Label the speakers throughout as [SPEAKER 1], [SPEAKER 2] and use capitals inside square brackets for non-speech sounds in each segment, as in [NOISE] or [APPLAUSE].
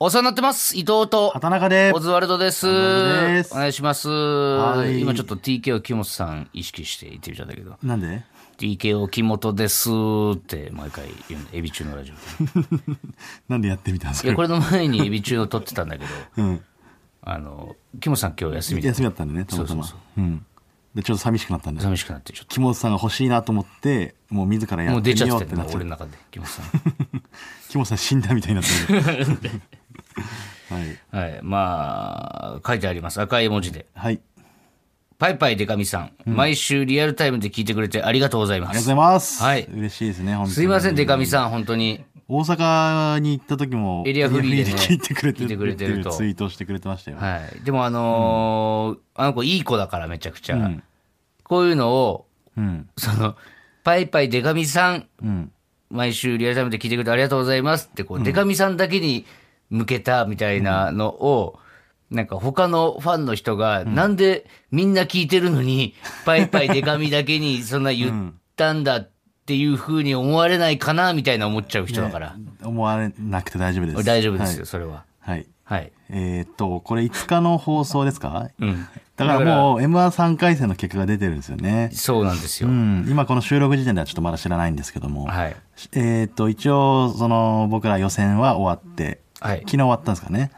[SPEAKER 1] お世話になってます。伊藤と、
[SPEAKER 2] 畑中で
[SPEAKER 1] オズワルドです。
[SPEAKER 2] 中です
[SPEAKER 1] お願いします。
[SPEAKER 2] い
[SPEAKER 1] 今ちょっと TKO 木本さん意識して言ってみたんだけど、
[SPEAKER 2] なんで
[SPEAKER 1] TKO 木本ですって毎回言うんだ。エビ中の
[SPEAKER 2] [LAUGHS]
[SPEAKER 1] ラジオで。
[SPEAKER 2] なんでやってみたんです
[SPEAKER 1] いや、
[SPEAKER 2] か
[SPEAKER 1] これの前にエビ中を撮ってたんだけど、
[SPEAKER 2] [LAUGHS] うん。
[SPEAKER 1] あの、木本さん今日休みで
[SPEAKER 2] 休みだったんでね、たまたま。
[SPEAKER 1] そうそう
[SPEAKER 2] うん。で、ちょっと寂しくなったんで。
[SPEAKER 1] 寂しくなってちょっ
[SPEAKER 2] 木本さんが欲しいなと思って、もう自ら
[SPEAKER 1] と。
[SPEAKER 2] や
[SPEAKER 1] も
[SPEAKER 2] っ
[SPEAKER 1] う
[SPEAKER 2] て
[SPEAKER 1] 出ち
[SPEAKER 2] み
[SPEAKER 1] ゃ
[SPEAKER 2] よ
[SPEAKER 1] っ
[SPEAKER 2] う
[SPEAKER 1] て
[SPEAKER 2] っ
[SPEAKER 1] ん
[SPEAKER 2] て
[SPEAKER 1] だ
[SPEAKER 2] な、っちゃ
[SPEAKER 1] 俺の
[SPEAKER 2] う。
[SPEAKER 1] 中で、木本さん。
[SPEAKER 2] 木本さん死んだみたいになってる。はい。
[SPEAKER 1] はい。まあ、書いてあります。赤い文字で。
[SPEAKER 2] はい。
[SPEAKER 1] パイパイデカミさん,、毎週リアルタイムで聞いてくれてありがとうございま
[SPEAKER 2] ありがとうご
[SPEAKER 1] す。
[SPEAKER 2] ざいます。
[SPEAKER 1] はい
[SPEAKER 2] 嬉しいですね、本当に。
[SPEAKER 1] すいません、デカミさん、本当に。
[SPEAKER 2] 大阪に行った時も、
[SPEAKER 1] エリアフリーでね
[SPEAKER 2] エリア聞いてくれて
[SPEAKER 1] 聞いてくれてると
[SPEAKER 2] ツイートしてくれてましたよ。
[SPEAKER 1] はい。でもあのーあの子いい子だからめちゃくちゃ。こういうのを、 [LAUGHS]
[SPEAKER 2] うん。
[SPEAKER 1] その、パイパイデカミさん、
[SPEAKER 2] うん。
[SPEAKER 1] 毎週リアルタイムで聞いてくれてありがとうございますって、こう、デカミさんだけに向けたみたいなのを、なんか他のファンの人が、なんでみんな聞いてるの [LAUGHS] に、パイパイデカミだけにそんな言ったんだっていう風に思われないかな、みたいな思っちゃう人だから。
[SPEAKER 2] 思われなくて大丈夫です。
[SPEAKER 1] 大丈夫ですよ、それは。
[SPEAKER 2] はい。はい。
[SPEAKER 1] はい。
[SPEAKER 2] えーっと、これ5日の放送ですか
[SPEAKER 1] うん。
[SPEAKER 2] だからもう M13 回戦の結果が出てるんですよね。
[SPEAKER 1] そうなんですよ。
[SPEAKER 2] うん、今この収録時点ではちょっとまだ知らないんですけども、
[SPEAKER 1] はい。
[SPEAKER 2] えっ、と一応その僕ら予選は終わって、
[SPEAKER 1] はい
[SPEAKER 2] 昨日終わったんですかね。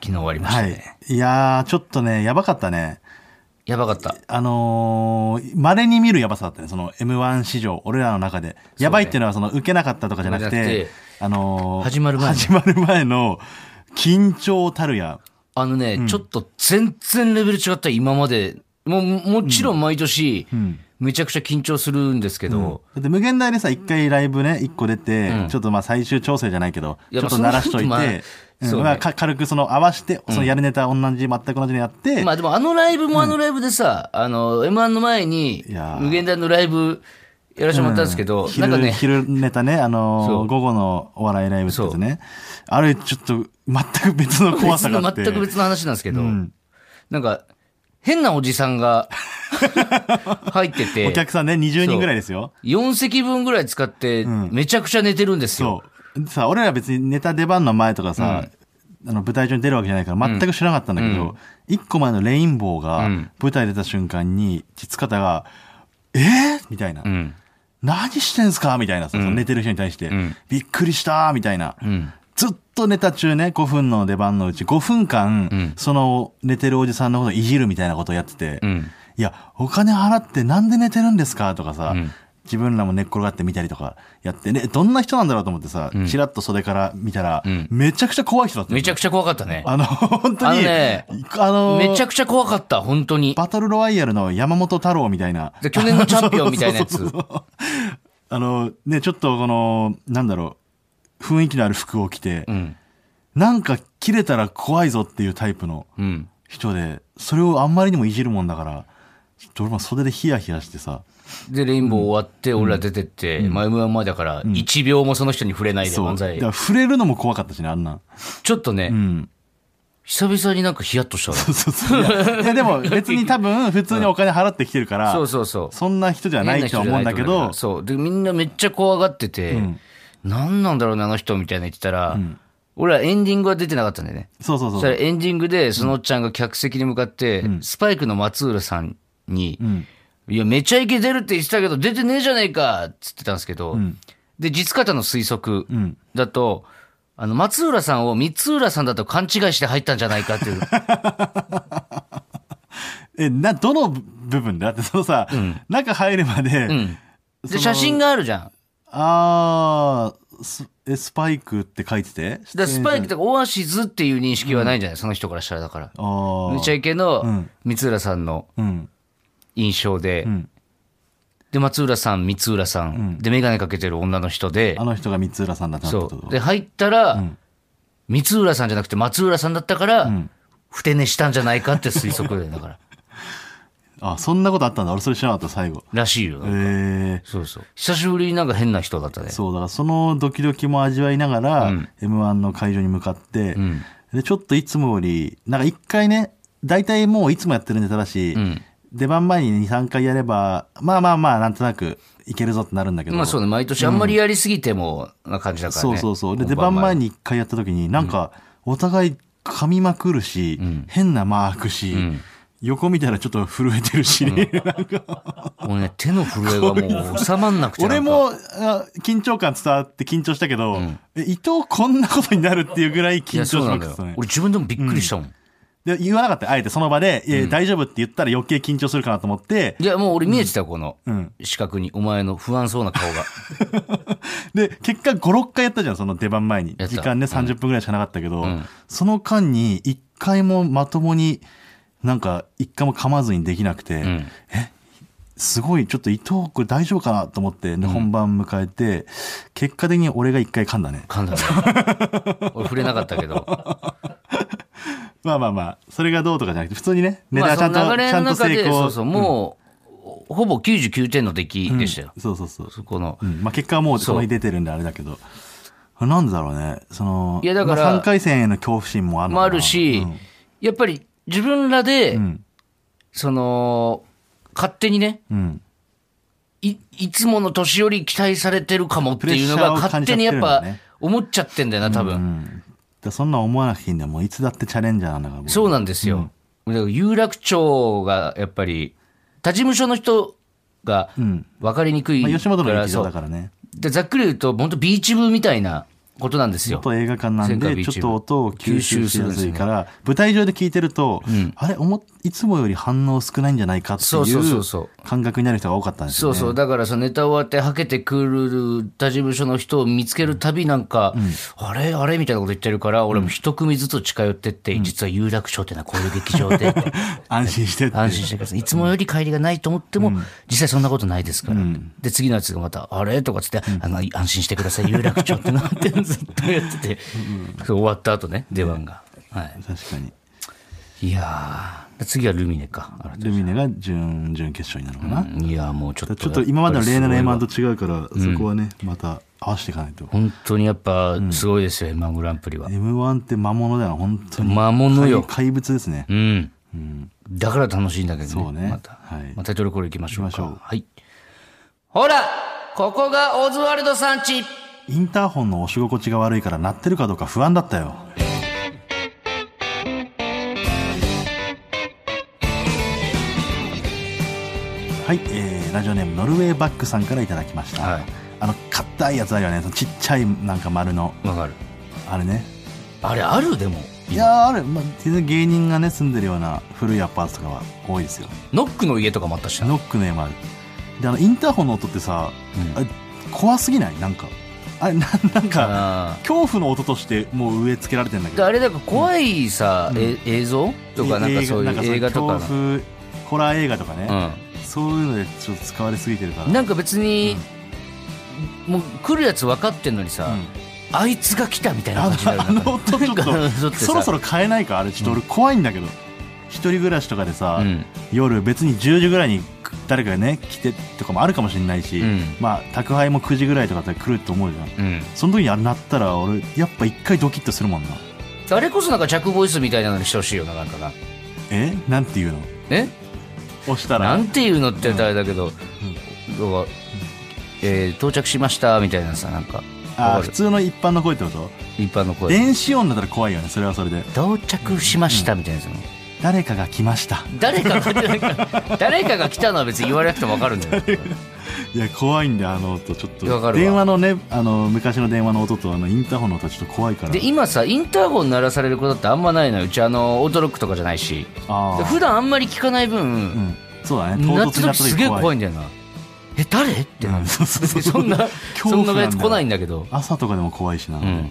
[SPEAKER 1] 昨日終わりました
[SPEAKER 2] は
[SPEAKER 1] ね。
[SPEAKER 2] い。いやーちょっとねやばかったね。
[SPEAKER 1] やばかった。
[SPEAKER 2] あのー、稀に見るやばさだったね。その M1 史上俺らの中で、やばいっていうのはその受けなかったとかじゃなく
[SPEAKER 1] じゃなく
[SPEAKER 2] て
[SPEAKER 1] て、
[SPEAKER 2] あのー
[SPEAKER 1] 始まる前の
[SPEAKER 2] 始まる前の緊張たるや。
[SPEAKER 1] あのね、ちょっと全然レベル違った、今まで。もう、もちろん毎年、めちゃくちゃ緊張するんですけど、
[SPEAKER 2] だって無限大でさ、一回ライブね、一個出て、ちょっとまあ最終調整じゃないけど、
[SPEAKER 1] い
[SPEAKER 2] ちょ
[SPEAKER 1] や
[SPEAKER 2] っと鳴らしといて、
[SPEAKER 1] まあそんな
[SPEAKER 2] うん
[SPEAKER 1] そうね
[SPEAKER 2] まあか軽くその合わして、そのやるネタ同じ、全く同じのやって、
[SPEAKER 1] まあでもあのライブもあのライブでさ、あの、M1 の前に
[SPEAKER 2] いや、ー
[SPEAKER 1] 無限大のライブやらせてもらったんですけど、
[SPEAKER 2] 昼
[SPEAKER 1] なんかね、
[SPEAKER 2] 昼ネタね、あ
[SPEAKER 1] そ
[SPEAKER 2] のー
[SPEAKER 1] う
[SPEAKER 2] 午後のお笑いライブってやつね。あれ、ちょっと、全く別の怖
[SPEAKER 1] 別
[SPEAKER 2] さがあ
[SPEAKER 1] の
[SPEAKER 2] って。
[SPEAKER 1] 全く [LAUGHS] 別の話なんですけど、なんか、変なおじさんが [LAUGHS] 入って
[SPEAKER 2] お
[SPEAKER 1] て、
[SPEAKER 2] 客さんね、20人ぐらいですよ。
[SPEAKER 1] 4席分ぐらい使って、めちゃくちゃ寝てるんですよ。
[SPEAKER 2] そう。さ、俺ら別にネタ出番の前とかさ、あの舞台上に出るわけじゃないから全く知らなかったんだけど、一1個前のレインボーが舞台出た瞬間に、実方が、えー、みたいな。
[SPEAKER 1] ん
[SPEAKER 2] 何してんすかみたいなさ、その寝てる人に対して、びっくりしたみたいな。
[SPEAKER 1] ん
[SPEAKER 2] ずっとネタ中ね、5分の出番のうち5分間、その寝てるおじさんのことをいじるみたいなことをやってて、
[SPEAKER 1] ん
[SPEAKER 2] いや、お金払ってなんで寝てるんですかとかさ、自分らも寝っ転がって見たりとかやって、ね、どんな人なんだろうと思ってさ、ちらっと袖から見たら、めちゃくちゃ怖い人だったの。
[SPEAKER 1] めちゃくちゃ怖かったね。
[SPEAKER 2] あの、本当に、
[SPEAKER 1] あのね
[SPEAKER 2] あの
[SPEAKER 1] めちゃくちゃ怖かった、本当に。
[SPEAKER 2] バトルロワイヤルの山本太郎みたいな。
[SPEAKER 1] で去年のチャンピオンみたいなやつ
[SPEAKER 2] [LAUGHS] そうそうそうそうあの、ね、ちょっとこの、なんだろう、雰囲気のある服を着て、
[SPEAKER 1] ん
[SPEAKER 2] なんか切れたら怖いぞっていうタイプの
[SPEAKER 1] うん。
[SPEAKER 2] 人で、それをあんまりにもいじるもんだから、ちょっと俺も袖でヒヤヒヤしてさ、
[SPEAKER 1] で、レインボー終わって、俺ら出てって、まあ M1 前だから、1秒もその人に触れないで
[SPEAKER 2] そう。
[SPEAKER 1] 漫
[SPEAKER 2] だか
[SPEAKER 1] 才。
[SPEAKER 2] ら触れるのも怖かったしね、あんなん。
[SPEAKER 1] ちょっとね、
[SPEAKER 2] うん。
[SPEAKER 1] 久々になんかヒヤッとしたわ
[SPEAKER 2] そうそうそう。いやいやでも別に多分普通にお金払ってきてるから、
[SPEAKER 1] そうそうそう。
[SPEAKER 2] そんな人じゃないとは思うんだけ
[SPEAKER 1] 変な
[SPEAKER 2] ど
[SPEAKER 1] 人じゃないと思うんだけど、そう。で、みんなめっちゃ怖がってて、何なんだろうね、あの人みたいな言ってたら、俺らエンディングは出てなかったんだよね。
[SPEAKER 2] そうそうそ
[SPEAKER 1] そ
[SPEAKER 2] う。
[SPEAKER 1] したらエンディングで、そのおっちゃんが客席に向かって、スパイクの松浦さんに、いや、めちゃイケ出るって言ってたけど、出てねえじゃねえかっつってたんですけど、で、実方の推測だと、あの、松浦さんを三浦さんだと勘違いして入ったんじゃないかって [LAUGHS] いう。
[SPEAKER 2] え、な、どの部分でだってそのさ、中入るまで、そ
[SPEAKER 1] で、
[SPEAKER 2] の
[SPEAKER 1] 写真があるじゃん。
[SPEAKER 2] あースえ、スパイクって書いてて
[SPEAKER 1] だからスパイクとかオアシズっていう認識はないんじゃない、その人からしたらだから。
[SPEAKER 2] あー
[SPEAKER 1] めちゃイケの三浦さんの
[SPEAKER 2] うん。
[SPEAKER 1] 印象で、
[SPEAKER 2] ん
[SPEAKER 1] で、松浦さん、三浦さん、で、メガネかけてる女の人で
[SPEAKER 2] あ、の人が三浦さんだったってこ
[SPEAKER 1] そ
[SPEAKER 2] と
[SPEAKER 1] う。で、入ったら、三浦さんじゃなくて松浦さんだったから、ふて寝したんじゃないかって推測で、だから。
[SPEAKER 2] あ、そんなことあったんだ。俺それ知らなかった、最後。
[SPEAKER 1] らしいよ。
[SPEAKER 2] [LAUGHS] えー、
[SPEAKER 1] そうそう。久しぶりになんか変な人だったね。
[SPEAKER 2] そう、だからそのドキドキも味わいながら、M1 の会場に向かって、で、ちょっといつもより、なんか一回ね、大体もういつもやってるネタだし、出番前に2、3回やれば、まあまあまあ、なんとなくいけるぞってなるんだけど、
[SPEAKER 1] まあそうね、毎年あんまりやりすぎてもな感じだからね。
[SPEAKER 2] そうそうそう。で、
[SPEAKER 1] 本
[SPEAKER 2] 出番前
[SPEAKER 1] に。
[SPEAKER 2] に一回やった時に、なんか、お互い噛みまくるし、変な間開くし、横見たらちょっと震えてる [LAUGHS] し、なんか
[SPEAKER 1] もうね、手の震えがもう収まんなくて。
[SPEAKER 2] 俺もあ緊張感伝わって緊張したけど、え伊藤こんなことになるっていうぐらい
[SPEAKER 1] い
[SPEAKER 2] 緊
[SPEAKER 1] や、
[SPEAKER 2] 張し
[SPEAKER 1] そうな
[SPEAKER 2] ま
[SPEAKER 1] ん
[SPEAKER 2] く
[SPEAKER 1] だ
[SPEAKER 2] っ
[SPEAKER 1] よ
[SPEAKER 2] てたね。。
[SPEAKER 1] 俺自分でもびっくりしたもん。
[SPEAKER 2] で言わなかったよあえてその場で、いや大丈夫って言ったら余計緊張するかなと思って、
[SPEAKER 1] いや、もう俺見えてた、この
[SPEAKER 2] うん、
[SPEAKER 1] 視覚に、お前の不安そうな顔
[SPEAKER 2] [LAUGHS]
[SPEAKER 1] が。
[SPEAKER 2] で、結果5、6回やったじゃん、その出番前に。
[SPEAKER 1] やった
[SPEAKER 2] 時間ね、30分ぐらいしかなかったけど、
[SPEAKER 1] ん
[SPEAKER 2] その間に1回もまともに、なんか1回も噛まずにできなくて、
[SPEAKER 1] ん
[SPEAKER 2] すごい、ちょっと伊藤これ大丈夫かなと思って、ね本番迎えて、結果的に俺が1回噛んだね。
[SPEAKER 1] 噛んだ
[SPEAKER 2] [LAUGHS]
[SPEAKER 1] ね。俺触れなかったけど。
[SPEAKER 2] まあまあまあ、それがどうとかじゃなくて、普通にね、ネ
[SPEAKER 1] ま
[SPEAKER 2] タ
[SPEAKER 1] あ、
[SPEAKER 2] ちゃ
[SPEAKER 1] そ
[SPEAKER 2] んと、
[SPEAKER 1] の流れ
[SPEAKER 2] ちゃ
[SPEAKER 1] の
[SPEAKER 2] んと
[SPEAKER 1] 中
[SPEAKER 2] 成
[SPEAKER 1] で、そ
[SPEAKER 2] 功。
[SPEAKER 1] うそう、もう、ほぼ99点の出来でしたよ。
[SPEAKER 2] そうそうそう。
[SPEAKER 1] そこの
[SPEAKER 2] う。ん、まあ結果はもうその日出てるんであれだけど。なんでだろうね。その、
[SPEAKER 1] いやだから
[SPEAKER 2] まあ、3回戦への恐怖心もあるのか
[SPEAKER 1] も
[SPEAKER 2] な
[SPEAKER 1] あるし、やっぱり自分らで、
[SPEAKER 2] うん。
[SPEAKER 1] その、勝手にね、
[SPEAKER 2] うん。
[SPEAKER 1] い、いつもの年より期待されてるかもっていうのが
[SPEAKER 2] プレッシャーを
[SPEAKER 1] 勝
[SPEAKER 2] 感じち
[SPEAKER 1] 手
[SPEAKER 2] ゃっ
[SPEAKER 1] に
[SPEAKER 2] てる
[SPEAKER 1] や
[SPEAKER 2] ん
[SPEAKER 1] っ
[SPEAKER 2] だね
[SPEAKER 1] ぱ思っちゃってんだよな、多分。
[SPEAKER 2] うんだそんな思わなくていいんだよもういつだってチャレンジャーなんだから僕
[SPEAKER 1] そうなんですよ。だから有楽町がやっぱり、他事務所の人が
[SPEAKER 2] ん
[SPEAKER 1] 分かりにくい
[SPEAKER 2] ま
[SPEAKER 1] か
[SPEAKER 2] あ、
[SPEAKER 1] ら、
[SPEAKER 2] 吉本の劇
[SPEAKER 1] そ
[SPEAKER 2] 場
[SPEAKER 1] う
[SPEAKER 2] だからね
[SPEAKER 1] でざっくり言うと、本当ビーチ部みたいなことなんですよ。
[SPEAKER 2] と映画館なん
[SPEAKER 1] 前回
[SPEAKER 2] で
[SPEAKER 1] BGM
[SPEAKER 2] ちょっと音を吸収しやすいから、舞台上で聞いてると、あれ思っいつもより反応少ないんじゃないかって
[SPEAKER 1] そう
[SPEAKER 2] い
[SPEAKER 1] そうそう
[SPEAKER 2] う
[SPEAKER 1] そう
[SPEAKER 2] 感覚になる人が多かったんです
[SPEAKER 1] そ
[SPEAKER 2] よ
[SPEAKER 1] う
[SPEAKER 2] ね
[SPEAKER 1] そう、だからそのネタ終わって、はけてくる他事務所の人を見つけるたびなんか、あれあれみたいなこと言ってるから、俺も一組ずつ近寄ってって、実は有楽町ってのはこういう劇場
[SPEAKER 2] [LAUGHS]
[SPEAKER 1] で、
[SPEAKER 2] 安心してって
[SPEAKER 1] 安心してください。いつもより帰りがないと思っても、実際そんなことないですから。で、次のやつがまた、あれとかつって、あの、安心してください、有楽町ってなって、ずっとやってて、そう終わった後ね、出番が。はい。
[SPEAKER 2] 確かに
[SPEAKER 1] いやー、次はルミネか。あ
[SPEAKER 2] ルミネが準々決勝になるのかな、
[SPEAKER 1] らいやー、もうちょっと。
[SPEAKER 2] ちょっと今までの例年の
[SPEAKER 1] やっぱりすごいわ
[SPEAKER 2] M1 と違うから、そこはねまた合わせていかないと、
[SPEAKER 1] 本当にやっぱすごいですよ、今グランプリは。
[SPEAKER 2] M1 って魔物だよ本当に
[SPEAKER 1] 魔物よ。
[SPEAKER 2] 怪物ですね、
[SPEAKER 1] うん。だから楽しいんだけどね。
[SPEAKER 2] そうね
[SPEAKER 1] また。
[SPEAKER 2] はい
[SPEAKER 1] まあタイトルコールいきましょうか。
[SPEAKER 2] 行きましょう
[SPEAKER 1] はい。ほらここがオズワルドさんち
[SPEAKER 2] インターホンの押し心地が悪いから鳴ってるかどうか不安だったよはい、えーラジオネームノルウェーバックさんからいただきました、
[SPEAKER 1] はい
[SPEAKER 2] あの硬いやつあるよねそのちっちゃいなんか丸の
[SPEAKER 1] わかる。
[SPEAKER 2] あれね
[SPEAKER 1] あれあるでも。
[SPEAKER 2] いやーあれ、まあ、全然芸人がね住んでるような古いアパートとかは多いですよ
[SPEAKER 1] ノックの家とかもあったしな。
[SPEAKER 2] ノックの絵もあるであのインターホンの音ってさ、
[SPEAKER 1] うん
[SPEAKER 2] あれ怖すぎないなんかあれななんか
[SPEAKER 1] あ
[SPEAKER 2] 恐怖の音としてもう植え付けられてんだけ
[SPEAKER 1] ーで
[SPEAKER 2] ど
[SPEAKER 1] あれだから怖いさ、
[SPEAKER 2] うん
[SPEAKER 1] え映像とかなんかそういう映画とか
[SPEAKER 2] なんそういう恐怖ホラー映画とかね、
[SPEAKER 1] の。
[SPEAKER 2] そういうのでちょっと使われすぎてるから
[SPEAKER 1] うん。なんか別に、もう来るやつ分かってんのにさ、
[SPEAKER 2] うん
[SPEAKER 1] あいつが来たみたいな
[SPEAKER 2] あ
[SPEAKER 1] 感じになる
[SPEAKER 2] のあの音ちょっ
[SPEAKER 1] なんかちょっと
[SPEAKER 2] と
[SPEAKER 1] さ
[SPEAKER 2] そろそろ変えないかあれちょっと俺怖いんだけど、一人暮らしとかでさ、
[SPEAKER 1] うん
[SPEAKER 2] 夜別に10時ぐらいに誰かがね来てとかもあるかもしれないし、
[SPEAKER 1] うん
[SPEAKER 2] まあ宅配も9時ぐらいとかだったら来ると思うじゃん
[SPEAKER 1] うん
[SPEAKER 2] その時にあれ鳴ったら俺やっぱ一回ドキッとするもんな
[SPEAKER 1] あれこそなんか着ボイスみたいなのにしてほしいよな、なんかな。
[SPEAKER 2] えなんていうの
[SPEAKER 1] え
[SPEAKER 2] 押したら
[SPEAKER 1] なんていうのって言ったらあれだけど、なんかえー到着しましたみたいなさ、なんか、わ
[SPEAKER 2] あ
[SPEAKER 1] か
[SPEAKER 2] ー
[SPEAKER 1] る
[SPEAKER 2] 普通の一般の声ってこと
[SPEAKER 1] 一般の声。
[SPEAKER 2] 電子音だったら怖いよねそれはそれで
[SPEAKER 1] 到着しましたみたいなやつ
[SPEAKER 2] 誰かが来ました
[SPEAKER 1] 誰かが、誰かが来たのは別に言われなくてもわかるん
[SPEAKER 2] [LAUGHS]
[SPEAKER 1] だよ。
[SPEAKER 2] いや怖いんだよあの音ちょっ
[SPEAKER 1] わか
[SPEAKER 2] と
[SPEAKER 1] るわ
[SPEAKER 2] 電話のねあの昔の電話の音とあのインターホンの音はちょっと怖いから
[SPEAKER 1] で、今さ、インターホン鳴らされることってあんまないのよ。うちあの、オートロックとかじゃないし。
[SPEAKER 2] あー
[SPEAKER 1] 普段あんまり聞かない
[SPEAKER 2] う
[SPEAKER 1] 分、
[SPEAKER 2] んそうだね唐
[SPEAKER 1] 鳴っ
[SPEAKER 2] 突
[SPEAKER 1] た
[SPEAKER 2] になった
[SPEAKER 1] 時
[SPEAKER 2] 時
[SPEAKER 1] すげえ怖
[SPEAKER 2] い
[SPEAKER 1] いんだよな。え、誰ってなる。
[SPEAKER 2] そうそうそう
[SPEAKER 1] そんな、そんなやつ来ないん
[SPEAKER 2] だ
[SPEAKER 1] だけど。
[SPEAKER 2] 朝とかでも怖いしな、
[SPEAKER 1] うん。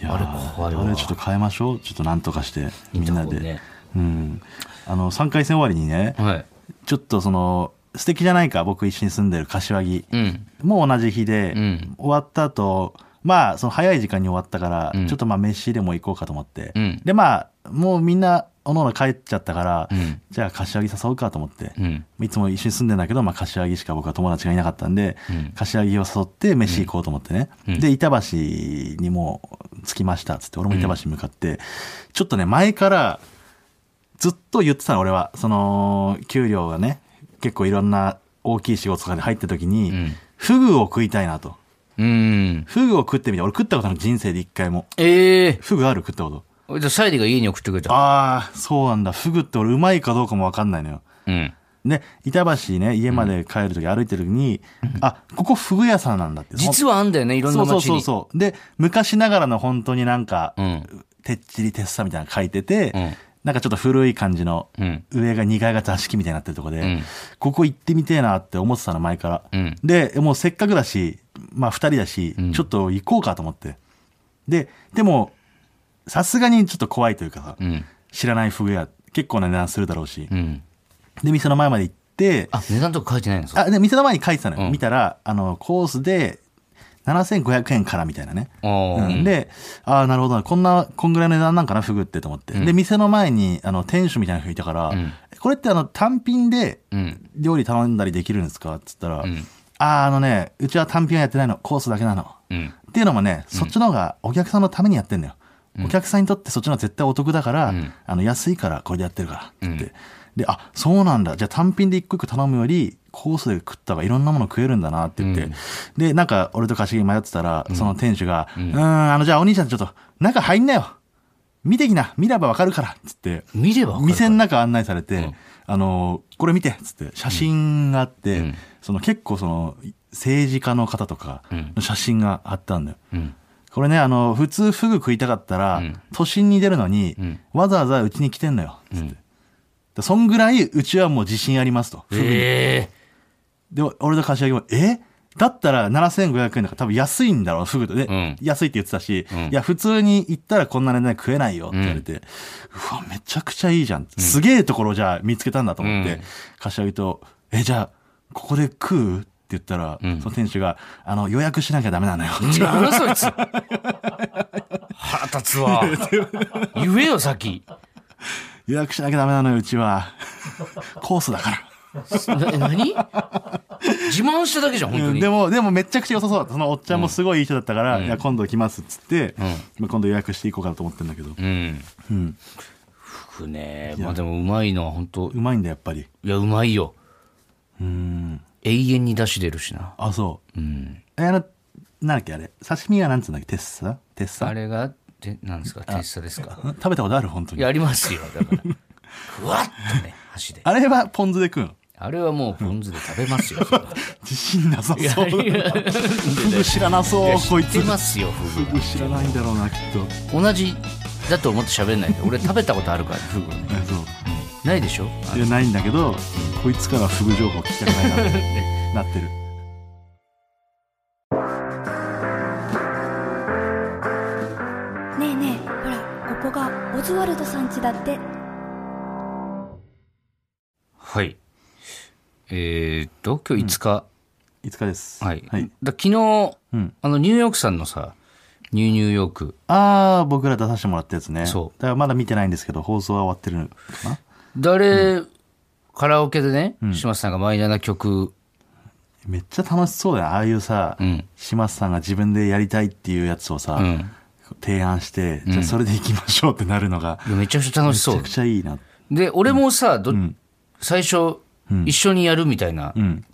[SPEAKER 2] いやー
[SPEAKER 1] あれ怖いわ
[SPEAKER 2] あれちょっと変えましょうちょっとなんとかして
[SPEAKER 1] イン
[SPEAKER 2] み
[SPEAKER 1] タ
[SPEAKER 2] ん
[SPEAKER 1] ー
[SPEAKER 2] な
[SPEAKER 1] ホ
[SPEAKER 2] で、
[SPEAKER 1] ンね。
[SPEAKER 2] うんあの3回戦終わりにね
[SPEAKER 1] はい。
[SPEAKER 2] ちょっとその素敵じゃないか僕一緒に住んでる柏木
[SPEAKER 1] うん。
[SPEAKER 2] もう同じ日で、
[SPEAKER 1] うん
[SPEAKER 2] 終わった後まあその早い時間に終わったから、
[SPEAKER 1] うん
[SPEAKER 2] ちょっとまあ飯でも行こうかと思って、
[SPEAKER 1] うん
[SPEAKER 2] でまあもうみんなおのおの帰っちゃったから、
[SPEAKER 1] うん
[SPEAKER 2] じゃあ柏木誘うかと思って、
[SPEAKER 1] うん。
[SPEAKER 2] いつも一緒に住んでんだけど、まあ、柏木しか僕は友達がいなかったんで、
[SPEAKER 1] うん
[SPEAKER 2] 柏木を誘って飯行こうと思ってね、
[SPEAKER 1] うん
[SPEAKER 2] で板橋にもう着きましたっつって俺も板橋に向かって、ちょっとね前からずっと言ってたの俺はその給料がね結構いろんな大きい仕事とかで入った時に、
[SPEAKER 1] うん
[SPEAKER 2] フグを食いたいなと
[SPEAKER 1] うん。
[SPEAKER 2] フグを食ってみて、俺食ったことない人生で一回も。
[SPEAKER 1] ええ
[SPEAKER 2] フグある食ったこと。
[SPEAKER 1] じゃあ、サイディが家に送ってくれた。
[SPEAKER 2] ああ、そうなんだ。フグって俺うまいかどうかもわかんないのよ。
[SPEAKER 1] うん。
[SPEAKER 2] で、板橋ね、家まで帰るとき歩いてるときに、あ、ここフグ屋さんなんだって。
[SPEAKER 1] 実はあんだよね、いろん
[SPEAKER 2] そ
[SPEAKER 1] な
[SPEAKER 2] うそう
[SPEAKER 1] 街
[SPEAKER 2] そう
[SPEAKER 1] に。
[SPEAKER 2] そう。で、昔ながらの本当になんか、
[SPEAKER 1] ん
[SPEAKER 2] てっちりてっさみたいなの書いてて、
[SPEAKER 1] ん
[SPEAKER 2] なんかちょっと古い感じの、
[SPEAKER 1] うん
[SPEAKER 2] 上が2階が座敷みたいになってるとこで、
[SPEAKER 1] ん
[SPEAKER 2] ここ行ってみてえなって思ってたの前から。
[SPEAKER 1] うん
[SPEAKER 2] で、もうせっかくだし、まあ2人だし、ちょっと行こうかと思って。で、でも、さすがにちょっと怖いというかさ、
[SPEAKER 1] うん。
[SPEAKER 2] 知らないフグ屋、結構な値段するだろうし。
[SPEAKER 1] うん。
[SPEAKER 2] で、店の前まで行って、
[SPEAKER 1] あ、値段とか書いてないのそ
[SPEAKER 2] あ、で、店の前に書いてたのよ。
[SPEAKER 1] うん
[SPEAKER 2] 見たら、あの、コースで、7500円からみたいなね。
[SPEAKER 1] おー
[SPEAKER 2] うんで、ああ、なるほどな。こんな、こんぐらいの値段なんかな、フグってと思って。で、店の前に、あの、店主みたいな人いたから、これってあの、単品で
[SPEAKER 1] うん。
[SPEAKER 2] 料理頼んだりできるんですかって言ったら、
[SPEAKER 1] ん
[SPEAKER 2] ああ、あのね、うちは単品はやってないの。コースだけなの。
[SPEAKER 1] うん。
[SPEAKER 2] っていうのもね、そっちの方がお客さんのためにやってんだよ。お客さんにとってそっちの方が絶対お得だから、あの安いからこれでやってるからって言って、で、あ、そうなんだ。じゃあ単品で一個一個頼むより、コースで食った方がいろんなもの食えるんだなって言って、で、なんか俺と柏木迷ってたら、その店主が、うん、ーん、あの、じゃあお兄ちゃんちょっと中入んなよ。見てきな。見ればわかるから。つって、
[SPEAKER 1] 見ればわかる
[SPEAKER 2] 店の中案内されて、あの、これ見てっつって、写真があって、その結構その、政治家の方とかの写真があったんだよ。
[SPEAKER 1] うん。
[SPEAKER 2] これね、あの、普通フグ食いたかったら、都心に出るのに、わざわざうちに来てんのよ。つって。でそんぐらい、うちはもう自信ありますと。
[SPEAKER 1] ええ
[SPEAKER 2] で、俺と柏木も、えだったら7500円だから多分安いんだろう、フグと。で、
[SPEAKER 1] ん
[SPEAKER 2] 安いって言ってたし、いや、普通に行ったらこんな値段食えないよって言われて、うわ、めちゃくちゃいいじゃん。すげえところじゃあ見つけたんだと思って、
[SPEAKER 1] うん
[SPEAKER 2] 柏木と、え、じゃあ、ここで食うって言ったら、その店主が、あの、予約しなきゃダメなのよ。
[SPEAKER 1] なんだそいつ。腹立つ [LAUGHS] わ。言えよ、先。
[SPEAKER 2] 予約しなきゃダメなのよ、うちは。コースだから。
[SPEAKER 1] な、何自慢しただけじゃん、本当に。
[SPEAKER 2] でも、でもめちゃくちゃ良さそうだった。そのおっちゃんもすごいいい人だったから、いや、今度来ますっつって、まあ今度予約していこうかなと思ってんだけど。
[SPEAKER 1] うん。
[SPEAKER 2] うん。
[SPEAKER 1] ふねまあでもうまいのは本当
[SPEAKER 2] うまいんだ、やっぱり。
[SPEAKER 1] いや、うまいよ。
[SPEAKER 2] うん。
[SPEAKER 1] 永遠に出し出るしな。
[SPEAKER 2] あ、そう。
[SPEAKER 1] うん。
[SPEAKER 2] え、あの、なんだっけ、あれ。刺身はなんつうんだっけ、テッサテッ
[SPEAKER 1] あ
[SPEAKER 2] サ
[SPEAKER 1] れが、て、なんですか、テッサですか。
[SPEAKER 2] ん食べたことある本当
[SPEAKER 1] い
[SPEAKER 2] に。
[SPEAKER 1] や、
[SPEAKER 2] あ
[SPEAKER 1] ありますよ。だから。ふわっとね、箸で。
[SPEAKER 2] れはポン酢で食うの。
[SPEAKER 1] あれはもうポン酢で食べますよ。
[SPEAKER 2] [LAUGHS] 自信なさそう。
[SPEAKER 1] いや
[SPEAKER 2] フグ知らなそう、こい
[SPEAKER 1] 知
[SPEAKER 2] つ
[SPEAKER 1] って。ますよ、フ
[SPEAKER 2] フ
[SPEAKER 1] グ
[SPEAKER 2] グ。知らないんだろうな、きっと。え
[SPEAKER 1] 同じだと思って喋んないで。俺食べたことあるから、フグね。
[SPEAKER 2] そう。
[SPEAKER 1] ないでしょ
[SPEAKER 2] いや、ないんだけど、こいつからはフグ情報聞きたく
[SPEAKER 1] [LAUGHS]
[SPEAKER 2] ないな、なってる。
[SPEAKER 3] ねえねえほらここがオズワルドさん家だって
[SPEAKER 1] はい。えーっと、今日5日。
[SPEAKER 2] 5日です。
[SPEAKER 1] はい。
[SPEAKER 2] はい。
[SPEAKER 1] だ昨日、
[SPEAKER 2] うん。
[SPEAKER 1] あの、ニューヨークさんのさ、ニューニューヨーク。
[SPEAKER 2] ああ、僕ら出させてもらったやつね。
[SPEAKER 1] そう
[SPEAKER 2] だからまだ見てないんですけど、放送は終わってるのかな
[SPEAKER 1] 誰、カラオケでね、島津さんがマイナーな曲、
[SPEAKER 2] めっちゃ楽しそうだよ。ああいうさ、
[SPEAKER 1] うん
[SPEAKER 2] 島津さんが自分でやりたいっていうやつをさ、
[SPEAKER 1] うん
[SPEAKER 2] 提案して、じゃあそれでいきましょうってなるのが、
[SPEAKER 1] いやめちゃくちゃ楽しそ
[SPEAKER 2] めち
[SPEAKER 1] う
[SPEAKER 2] ゃく。ちゃいいな。
[SPEAKER 1] で、俺もさ、ど最初、一緒にやるみたいな
[SPEAKER 2] うん。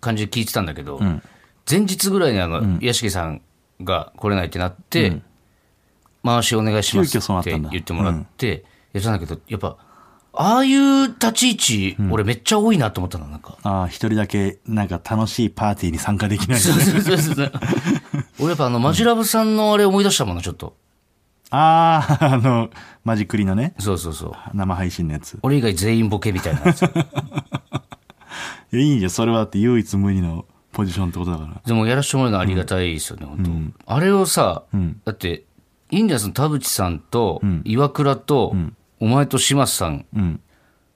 [SPEAKER 1] 感じで聞いてたんだけど、
[SPEAKER 2] ん
[SPEAKER 1] 前日ぐらいにあの、屋敷さんが来れないってなって、回しお願いします
[SPEAKER 2] 急遽そうな
[SPEAKER 1] っ
[SPEAKER 2] った
[SPEAKER 1] て
[SPEAKER 2] んだ
[SPEAKER 1] 言ってもらって、やったんだけど、やっぱ、ああいう立ち位置、俺めっちゃ多いなと思ったの、なんか。
[SPEAKER 2] ああ、一人だけなんか楽しいパーティーに参加できない。
[SPEAKER 1] そうそうそうそう。俺やっぱあの、マジラブさんのあれ思い出したもんな、ちょっと。
[SPEAKER 2] [LAUGHS] ああ、あの、マジクリのね、
[SPEAKER 1] そうそうそう。
[SPEAKER 2] 生配信のやつ。
[SPEAKER 1] 俺以外全員ボケみたい
[SPEAKER 2] [LAUGHS]
[SPEAKER 1] なやつ。
[SPEAKER 2] いやいいじゃん。それはだって唯一無二のポジションってことだから。
[SPEAKER 1] でもやらせてもらうのはありがたいですよね、本当。あれをさ、だって、インディアンスの田淵さんと、岩倉と、お前と島津さん、
[SPEAKER 2] うん。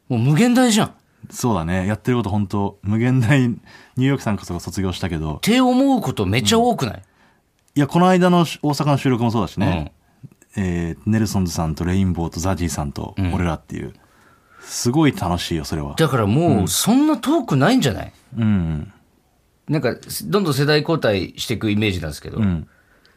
[SPEAKER 1] もう無限大じゃん。っ
[SPEAKER 2] そうだね。やってること本当無限大、ニューヨークさんこそが卒業したけど、
[SPEAKER 1] て思うことめっちゃ多くない、
[SPEAKER 2] いや、この間のし大阪の収録もそうだしね、
[SPEAKER 1] う
[SPEAKER 2] えーネルソンズさんとレインボーとザジーさんと俺らっていう、すごい楽しいよ、それは。
[SPEAKER 1] だからもう、そんな遠くないんじゃない、
[SPEAKER 2] うん。
[SPEAKER 1] なんか、どんどん世代交代していくイメージなんですけど、
[SPEAKER 2] ん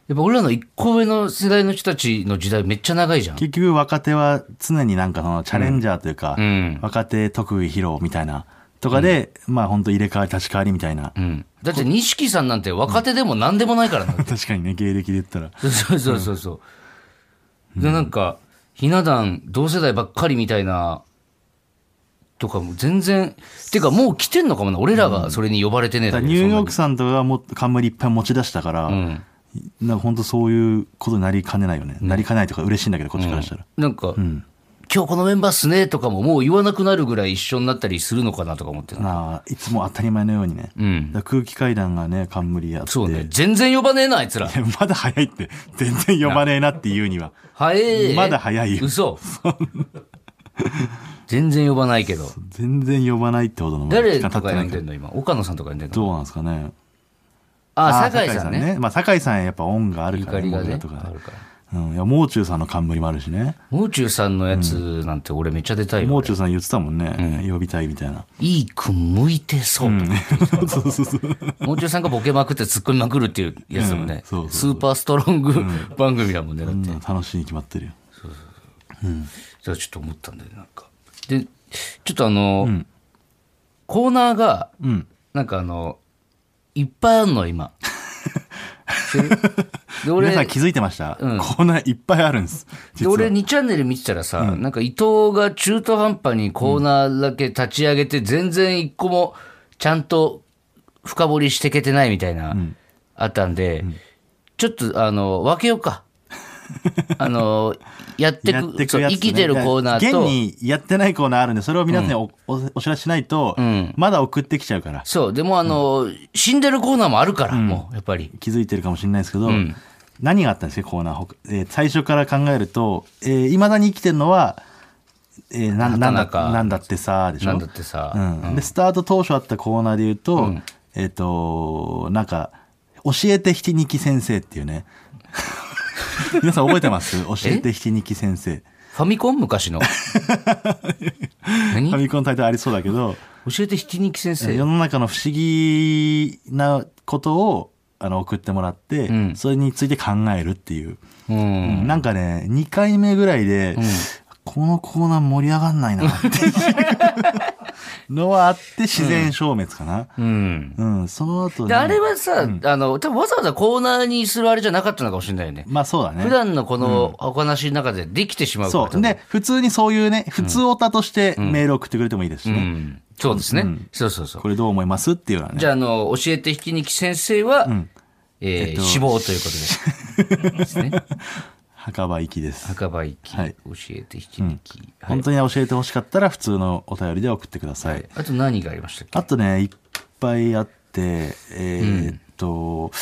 [SPEAKER 1] やっぱ俺らの一個上の世代の人たちの時代めっちゃ長いじゃん。
[SPEAKER 2] 結局若手は常になんかそのチャレンジャーというか、
[SPEAKER 1] うん。
[SPEAKER 2] 若手特技披露みたいなとかで、まあ本当入れ替わり立ち替わりみたいな、
[SPEAKER 1] うん。だって、錦さんなんて若手でも何でもないからな。
[SPEAKER 2] [LAUGHS] 確かにね芸歴で言ったら
[SPEAKER 1] そうそうそうそう。で、なんか、ひな壇同世代ばっかりみたいな、とかも全然、てかもう来てんのかもな。俺らがそれに呼ばれてねえ
[SPEAKER 2] だか
[SPEAKER 1] だ
[SPEAKER 2] ら
[SPEAKER 1] け
[SPEAKER 2] ニ
[SPEAKER 1] で
[SPEAKER 2] ューヨークさんとかがもっと冠いっぱい持ち出したから、
[SPEAKER 1] そんなに
[SPEAKER 2] なんか本当そういうことになりかねないよね、なりかねないとか嬉しいんだけどこっちからしたら、
[SPEAKER 1] うん。なんか、今日このメンバーっすねとかももう言わなくなるぐらい一緒になったりするのかなとか思ってな。
[SPEAKER 2] なあいつも当たり前のようにね、
[SPEAKER 1] うん。
[SPEAKER 2] だから空気階段がね冠やって
[SPEAKER 1] そうね。全然呼ばねえな、あいつら。
[SPEAKER 2] [LAUGHS] まだ早いって全然呼ばねえなっていうには
[SPEAKER 1] 早え。
[SPEAKER 2] まだ早いよ [LAUGHS]
[SPEAKER 1] 嘘。全然呼ばないけど。
[SPEAKER 2] 全然呼ばないってほどの
[SPEAKER 1] 誰
[SPEAKER 2] 時間
[SPEAKER 1] と
[SPEAKER 2] 経
[SPEAKER 1] か
[SPEAKER 2] ってな
[SPEAKER 1] 呼
[SPEAKER 2] い
[SPEAKER 1] ん
[SPEAKER 2] け
[SPEAKER 1] でん
[SPEAKER 2] ど
[SPEAKER 1] の今。岡野さんとか呼んでんの
[SPEAKER 2] どうなんですかね
[SPEAKER 1] あ、酒井さんね。
[SPEAKER 2] まあ酒井さんはやっぱ音がある
[SPEAKER 1] ゆ
[SPEAKER 2] か
[SPEAKER 1] からりが
[SPEAKER 2] 音
[SPEAKER 1] ね。
[SPEAKER 2] 楽とか
[SPEAKER 1] あるから。
[SPEAKER 2] うんいやもう中さんの冠もあるしね
[SPEAKER 1] もう中さんのやつなんて俺めっちゃ出たいよ。
[SPEAKER 2] もう
[SPEAKER 1] 俺
[SPEAKER 2] 中さん言ってたもんね、呼びたいみたいな、
[SPEAKER 1] いい君向いてそう。
[SPEAKER 2] [LAUGHS] そうそうそう
[SPEAKER 1] もう中さんがボケまくって突っ込みまくるっていうやつだもんね。
[SPEAKER 2] うんそうそう
[SPEAKER 1] スーパーストロング番組だもんね。だって
[SPEAKER 2] うん楽しいに決まってるよ
[SPEAKER 1] それはちょっと思ったんだよねなんか。で、ちょっとあの、コーナーが、
[SPEAKER 2] うん
[SPEAKER 1] なんかあの、いっぱいあんの、
[SPEAKER 2] [LAUGHS]
[SPEAKER 1] 今。でで、俺
[SPEAKER 2] 皆、さん気づいてました、
[SPEAKER 1] うん
[SPEAKER 2] コーナーいっぱいあるんです
[SPEAKER 1] で
[SPEAKER 2] 実は
[SPEAKER 1] 俺2チャンネル見てたらさ、なんか伊藤が中途半端にコーナーだけ立ち上げて、全然一個もちゃんと深掘りしてけてないみたいな、あったんで、ちょっとあの、分けよう
[SPEAKER 2] [LAUGHS]
[SPEAKER 1] か。あの、やって
[SPEAKER 2] や
[SPEAKER 1] く、
[SPEAKER 2] って
[SPEAKER 1] そ
[SPEAKER 2] く
[SPEAKER 1] う
[SPEAKER 2] やつ、ね、
[SPEAKER 1] 生きてるコーナーと
[SPEAKER 2] 現、にやってないコーナーあるんでそれを皆さんにお,、おお知らせしないと、
[SPEAKER 1] ん
[SPEAKER 2] まだ送ってきちゃうから
[SPEAKER 1] そう、でもあの、死んでるコーナーもあるから、もう、やっぱり。
[SPEAKER 2] 気づいてるかもしれないですけど、
[SPEAKER 1] ん
[SPEAKER 2] 何があったんですかコーナーほか、えー最初から考えるといま、えー未だに生きてるのは、えーななんだ
[SPEAKER 1] 畑中
[SPEAKER 2] なんだってさーでしょ
[SPEAKER 1] なんだってさ
[SPEAKER 2] うんでスタート当初あったコーナーで言うと、えっ、となんか「教えてひきにき先生」っていうね [LAUGHS] 皆さん覚えてます教えてひきにき先生
[SPEAKER 1] ファミコン昔
[SPEAKER 2] [LAUGHS]
[SPEAKER 1] の。
[SPEAKER 2] ファ
[SPEAKER 1] 何
[SPEAKER 2] ミコンのタイトルありそうだけど
[SPEAKER 1] 教えてひき肉先
[SPEAKER 2] 世
[SPEAKER 1] 生。
[SPEAKER 2] の中の不思議なことをあの送ってもらって、
[SPEAKER 1] ん
[SPEAKER 2] それについて考えるっていう、
[SPEAKER 1] うん。
[SPEAKER 2] なんかね2回目ぐらいで、このコーナー盛り上がんないなっていうのはあって自然消滅かな、
[SPEAKER 1] うん。
[SPEAKER 2] うんその後
[SPEAKER 1] で、
[SPEAKER 2] ね
[SPEAKER 1] あれはさ、あの、多分わざわざコーナーにするあれじゃなかったのかもしれないよね。
[SPEAKER 2] まあそうだね
[SPEAKER 1] 普段のこのお話の中でできてしまうから。
[SPEAKER 2] そ
[SPEAKER 1] 多
[SPEAKER 2] う
[SPEAKER 1] 分
[SPEAKER 2] で普通にそういうね普通オタとしてメール送ってくれてもいいですし
[SPEAKER 1] う
[SPEAKER 2] ね、
[SPEAKER 1] ん。そうですね。そうそうそう。
[SPEAKER 2] これどう思いますっていうのはね
[SPEAKER 1] じゃあ、あの、教えてひき肉先生は、えー
[SPEAKER 2] えっと
[SPEAKER 1] 死亡ということで。
[SPEAKER 2] [LAUGHS]
[SPEAKER 1] ですね。
[SPEAKER 2] 墓場行きです
[SPEAKER 1] 赤羽行き、
[SPEAKER 2] はい
[SPEAKER 1] 教えてひき肉。はい
[SPEAKER 2] 本当に教えてほしかったら普通のお便りで送ってください、
[SPEAKER 1] あと何がありましたっけ
[SPEAKER 2] あとねいっぱいあってえーっと、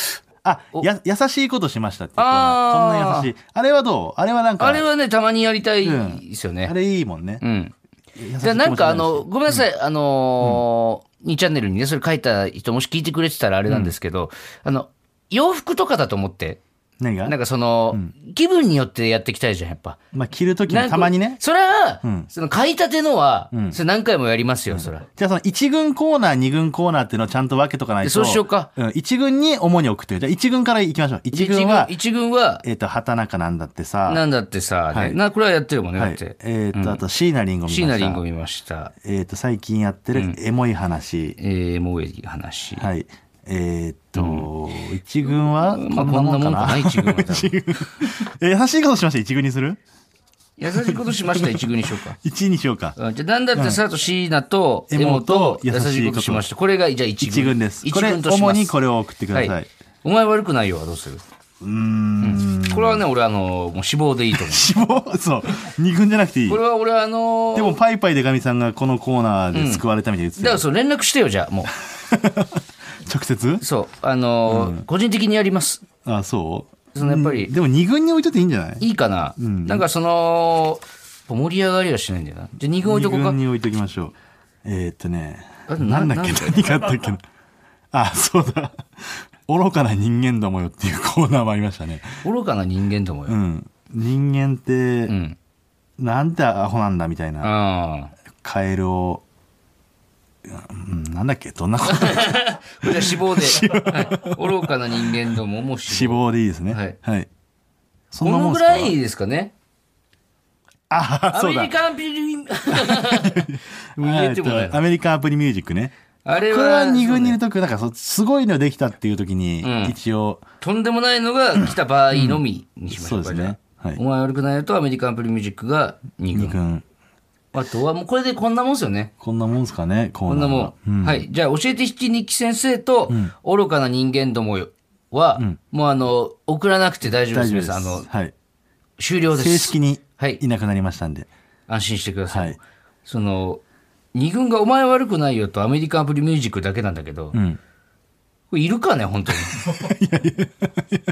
[SPEAKER 2] あや優しいことしましたっていうコーナー
[SPEAKER 1] あー
[SPEAKER 2] こんな優しいあれはどうあれはなんか
[SPEAKER 1] あれはね、たまにやりたい
[SPEAKER 2] うん
[SPEAKER 1] ですよ
[SPEAKER 2] あ
[SPEAKER 1] ね。
[SPEAKER 2] れいいもんね、
[SPEAKER 1] うん。
[SPEAKER 2] 優しい気持ち
[SPEAKER 1] じゃあ
[SPEAKER 2] に
[SPEAKER 1] な
[SPEAKER 2] るし
[SPEAKER 1] んかあの、ごめんなさい、あのー、2チャンネルにね、それ書いた人、もし聞いてくれてたらあれなんですけど、あの、洋服とかだと思って、
[SPEAKER 2] 何が
[SPEAKER 1] なんかその、気分によってやっていきたいじゃん、やっぱ。
[SPEAKER 2] まあ、着るときたまに
[SPEAKER 1] なん
[SPEAKER 2] ね
[SPEAKER 1] かそれは、
[SPEAKER 2] ん
[SPEAKER 1] その買いたてのは、
[SPEAKER 2] ん
[SPEAKER 1] それ何回もやりますよ、それは。
[SPEAKER 2] じゃあその1軍コーナー2軍コーナーっていうのをちゃんと分けとかないと
[SPEAKER 1] そうしようか
[SPEAKER 2] ん、1軍に主に送ってるじゃあ1軍から行きましょう1軍は
[SPEAKER 1] 一軍は、
[SPEAKER 2] えーっと畑中なんだってさ
[SPEAKER 1] なんだってさ、ね
[SPEAKER 2] はい
[SPEAKER 1] な、これはやってるもんね、
[SPEAKER 2] は
[SPEAKER 1] だ
[SPEAKER 2] い
[SPEAKER 1] って。
[SPEAKER 2] えーっとあと椎名林檎見ました
[SPEAKER 1] 椎名林檎見ました。
[SPEAKER 2] えーっと最近やってるエモい話、
[SPEAKER 1] えー、もういい話。
[SPEAKER 2] はい。えーっと、一軍はこん
[SPEAKER 1] ま
[SPEAKER 2] な
[SPEAKER 1] あ、こんなも
[SPEAKER 2] も
[SPEAKER 1] ん
[SPEAKER 2] ん
[SPEAKER 1] か
[SPEAKER 2] かな
[SPEAKER 1] な、。一軍は多分。
[SPEAKER 2] [LAUGHS] え優しいことしました一軍にする
[SPEAKER 1] 優しいことしました、一軍にしようか。
[SPEAKER 2] 一にしようか。
[SPEAKER 1] うんじゃあ、なんだってさ、あと椎名と、
[SPEAKER 2] エ
[SPEAKER 1] エ
[SPEAKER 2] モ
[SPEAKER 1] モ
[SPEAKER 2] と
[SPEAKER 1] と、優しいことしました。これが、じゃあ一軍。
[SPEAKER 2] 一軍です。
[SPEAKER 1] 一
[SPEAKER 2] これ、
[SPEAKER 1] 軍とします。
[SPEAKER 2] 主にこれを送ってください。
[SPEAKER 1] はい。お前悪くないよはどうする
[SPEAKER 2] うーん。
[SPEAKER 1] これはね、俺、あの、もう死亡でいいと思。
[SPEAKER 2] [LAUGHS] 死亡そう。二軍じゃなくていいう
[SPEAKER 1] こ。れは俺、あのー、
[SPEAKER 2] でも、パイパイでかみさんがこのコーナーで救われたみたいに言
[SPEAKER 1] だか
[SPEAKER 2] っ
[SPEAKER 1] ら、
[SPEAKER 2] て
[SPEAKER 1] そう、連絡してよ、じゃあ、も
[SPEAKER 2] た。直接
[SPEAKER 1] う。そう、あのー個人的にやります。
[SPEAKER 2] あ、そう
[SPEAKER 1] その、やっぱり、
[SPEAKER 2] でも二軍に置いといていいんじゃない
[SPEAKER 1] いいかな、なんか、その、盛り上がりはしないんだよな。じゃあ、二軍置いと
[SPEAKER 2] 二
[SPEAKER 1] こうか
[SPEAKER 2] 軍。に置いときましょう。えーっとね。
[SPEAKER 1] あとな
[SPEAKER 2] な
[SPEAKER 1] ん
[SPEAKER 2] だっけ
[SPEAKER 1] なん
[SPEAKER 2] 何があったっけな。あ、そうだ。愚かな人間どもよっていうコーナーもありましたね。
[SPEAKER 1] 愚かな人間ども
[SPEAKER 2] う
[SPEAKER 1] よ。
[SPEAKER 2] ん。人間って
[SPEAKER 1] う、ん。
[SPEAKER 2] なんてアホなんだみたいな。
[SPEAKER 1] ああ。
[SPEAKER 2] カエルを、うん、なんだっけどんなこと
[SPEAKER 1] これじゃあ死
[SPEAKER 2] [LAUGHS]
[SPEAKER 1] 亡で。はい愚かな人間どもも死
[SPEAKER 2] 死
[SPEAKER 1] 亡。
[SPEAKER 2] 亡でいいですね。
[SPEAKER 1] はい
[SPEAKER 2] はい。そ
[SPEAKER 1] こ
[SPEAKER 2] んな
[SPEAKER 1] の
[SPEAKER 2] もん
[SPEAKER 1] ぐ
[SPEAKER 2] すから
[SPEAKER 1] いですかね。
[SPEAKER 2] あ
[SPEAKER 1] ア
[SPEAKER 2] そう
[SPEAKER 1] メ
[SPEAKER 2] だ
[SPEAKER 1] リカンピリ
[SPEAKER 2] まあ
[SPEAKER 1] 入れてもらえ
[SPEAKER 2] えっ
[SPEAKER 1] る
[SPEAKER 2] とアメリカンアプリミュージックね。
[SPEAKER 1] あれ
[SPEAKER 2] これは
[SPEAKER 1] は
[SPEAKER 2] 2軍にいるとき、なんかそうすごいのできたっていうときに、
[SPEAKER 1] ん
[SPEAKER 2] 一応、
[SPEAKER 1] とんでもないのが来た場合のみにしましょうか、
[SPEAKER 2] そうですね
[SPEAKER 1] じゃあ
[SPEAKER 2] はい
[SPEAKER 1] お前悪くないよとアメリカンプリミュージックが2軍
[SPEAKER 2] 2軍、
[SPEAKER 1] あとはもうこれでこんなもんですよね
[SPEAKER 2] こんなもんすかね、コ
[SPEAKER 1] こ
[SPEAKER 2] ー
[SPEAKER 1] ん
[SPEAKER 2] ナ
[SPEAKER 1] な
[SPEAKER 2] ー
[SPEAKER 1] も
[SPEAKER 2] は。
[SPEAKER 1] ん、はいじゃあ教えて七日記先生と、愚かな人間どもよは、もうあの送らなくて大丈夫で
[SPEAKER 2] 大
[SPEAKER 1] す
[SPEAKER 2] 丈夫
[SPEAKER 1] 皆
[SPEAKER 2] です。
[SPEAKER 1] さんあの
[SPEAKER 2] はい。
[SPEAKER 1] 終了です
[SPEAKER 2] 正式に
[SPEAKER 1] はい
[SPEAKER 2] いなくなりましたんで。
[SPEAKER 1] 安心してください、
[SPEAKER 2] はい
[SPEAKER 1] その二軍が「お前悪くないよ」とアメリカンプリミュージックだけなんだけど、
[SPEAKER 2] ん
[SPEAKER 1] これいるかね
[SPEAKER 2] [LAUGHS]
[SPEAKER 1] 本当に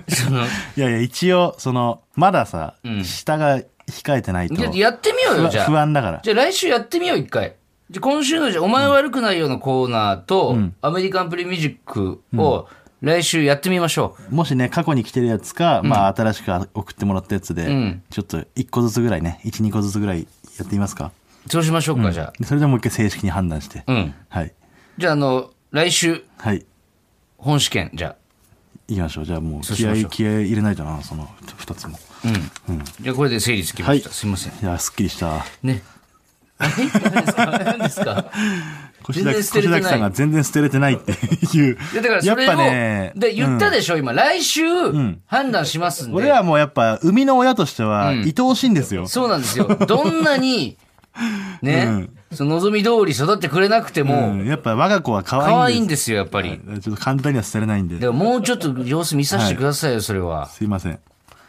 [SPEAKER 1] その
[SPEAKER 2] いやいや、一応、その、まださ、下が控えてないと。
[SPEAKER 1] じゃあやってみようよじゃあ
[SPEAKER 2] 不安だから。
[SPEAKER 1] じゃあ来週やってみよう一回じゃあ今週のじゃあお前悪くないよ」のコーナーと、アメリカンプリミュージックを来週やってみましょう、
[SPEAKER 2] もしね、過去に来てるやつか、まあ、新しく送ってもらったやつで、
[SPEAKER 1] ん
[SPEAKER 2] ちょっと1個ずつぐらいね、1、2個ずつぐらいやってみますか。
[SPEAKER 1] そうしましょうか、じゃ
[SPEAKER 2] でそれでもう一回正式に判断して。
[SPEAKER 1] あうん
[SPEAKER 2] はい。
[SPEAKER 1] じゃああの来週
[SPEAKER 2] はい。
[SPEAKER 1] 本試験じゃ
[SPEAKER 2] いきましょう。じゃあもう、
[SPEAKER 1] そうし
[SPEAKER 2] 気
[SPEAKER 1] ま
[SPEAKER 2] 合
[SPEAKER 1] し
[SPEAKER 2] い
[SPEAKER 1] ょう
[SPEAKER 2] 気合い入れないとな、その2つも。
[SPEAKER 1] あうん、じゃあこれで整理つきました、
[SPEAKER 2] はい
[SPEAKER 1] すいません
[SPEAKER 2] いや、すっきりした。
[SPEAKER 1] ね何ですか何です
[SPEAKER 2] [LAUGHS]
[SPEAKER 1] か
[SPEAKER 2] 腰
[SPEAKER 1] 全
[SPEAKER 2] 崎
[SPEAKER 1] 然捨てれてない
[SPEAKER 2] 腰崎さんが全然捨てれてないっていう。
[SPEAKER 1] いやだからそれ
[SPEAKER 2] やっ
[SPEAKER 1] を、
[SPEAKER 2] ぱね、
[SPEAKER 1] で言った
[SPEAKER 2] うん
[SPEAKER 1] でしょ、今来週、判断しますんで
[SPEAKER 2] 俺はもうやっぱ、生みの親としては、愛おしいんですよ。
[SPEAKER 1] そうなんですよどんなに
[SPEAKER 2] [LAUGHS]
[SPEAKER 1] ね、その望み通り育ってくれなくても、
[SPEAKER 2] うんやっぱ我が子は可愛い
[SPEAKER 1] 可愛いん
[SPEAKER 2] で
[SPEAKER 1] ですよやっぱり、
[SPEAKER 2] す。ちょっと簡単には捨てれないん
[SPEAKER 1] で
[SPEAKER 2] で。
[SPEAKER 1] ももうちょっと様子見させてくださいよ、それは
[SPEAKER 2] すいません。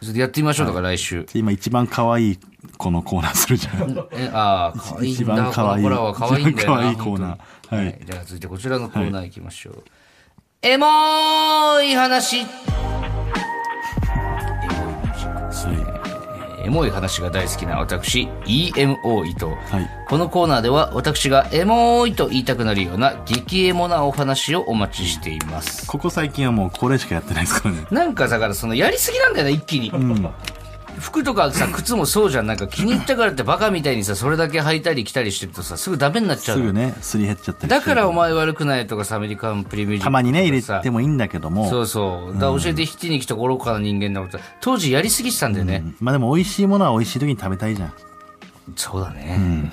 [SPEAKER 1] ちょっとやってみましょうだから、来週
[SPEAKER 2] 今一番可愛い子のコーナーするじゃん。
[SPEAKER 1] えああ、可愛い
[SPEAKER 2] [LAUGHS] 一
[SPEAKER 1] んだ。
[SPEAKER 2] 番可愛い
[SPEAKER 1] この子らは可愛いんだよな。
[SPEAKER 2] 一番可愛いコーナー
[SPEAKER 1] 本当に
[SPEAKER 2] はい
[SPEAKER 1] じゃあ続いてこちらのコーナー行きましょう。エモい話。エモい話が大好きな私、EMO 伊藤。
[SPEAKER 2] い
[SPEAKER 1] このコーナーでは私がエモいと言いたくなるような激エモなお話をお待ちしています。
[SPEAKER 2] ここ最近はもうこれしかやってないですからね。
[SPEAKER 1] なんかだからそのやりすぎなんだよね、一気に。服とかさ、靴もそうじゃん。なんか気に入ったからってバカみたいにさ、それだけ履いたり着たりしてるとさ、すぐダメになっちゃう
[SPEAKER 2] す
[SPEAKER 1] の
[SPEAKER 2] ぐね、すり減っちゃったりして
[SPEAKER 1] だからお前悪くないとかさ、アメリカンプリミュージックとかさ
[SPEAKER 2] たまにね、入れてもいいんだけども。
[SPEAKER 1] そうそう。だから教えて引きに来た愚かな人間のこと。当時やりすぎてたんだよね。
[SPEAKER 2] まあでも美味しいものは美味しい時に食べたいじゃん。
[SPEAKER 1] そうだね。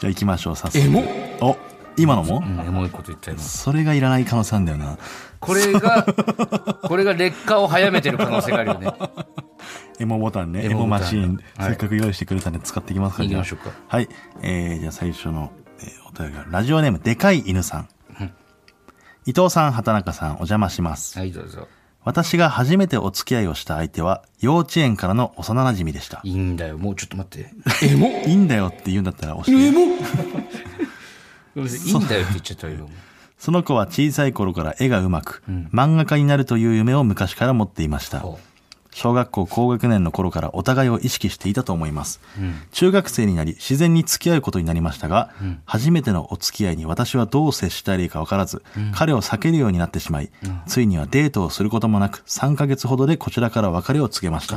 [SPEAKER 2] じゃあ行きましょう、早速。
[SPEAKER 1] エモ
[SPEAKER 2] お、今のも、
[SPEAKER 1] うん、エモいこと言ったよ。
[SPEAKER 2] それがいらない可能性あるんだよな。
[SPEAKER 1] これ [LAUGHS] が、これが劣化を早めてる可能性があるよね。
[SPEAKER 2] エモボタンね、
[SPEAKER 1] エ
[SPEAKER 2] エ
[SPEAKER 1] モ
[SPEAKER 2] モ
[SPEAKER 1] ボ
[SPEAKER 2] マ
[SPEAKER 1] タン
[SPEAKER 2] シーン、
[SPEAKER 1] はい
[SPEAKER 2] せっかく用意してくれたんで使っていきますか
[SPEAKER 1] 行き
[SPEAKER 2] ら、じゃあ
[SPEAKER 1] ましょうか
[SPEAKER 2] はい。えー、じゃあ最初の、えーお便りが、ラジオネーム、でかい犬さん。伊藤さん、畑中さん、お邪魔します。
[SPEAKER 1] はい、どうぞ。
[SPEAKER 2] 私が初めてお付き合いをした相手は、幼稚園からの幼馴染でした。
[SPEAKER 1] いいんだよ。もうちょっと [LAUGHS] 待って。
[SPEAKER 2] エモいいんだよって言うんだったら教えて。
[SPEAKER 1] いいんだよって言っちゃったよ。
[SPEAKER 2] その子は小さい頃から絵がうまく、漫画家になるという夢を昔から持っていました
[SPEAKER 1] ほう。
[SPEAKER 2] 小学校高学年の頃からお互いを意識していたと思います。中学生になり自然に付き合うことになりましたが、初めてのお付き合いに私はどう接したらいいかわからず、彼を避けるようになってしまい、ついにはデートをすることもなく、3ヶ月ほどでこちらから別れを告げました。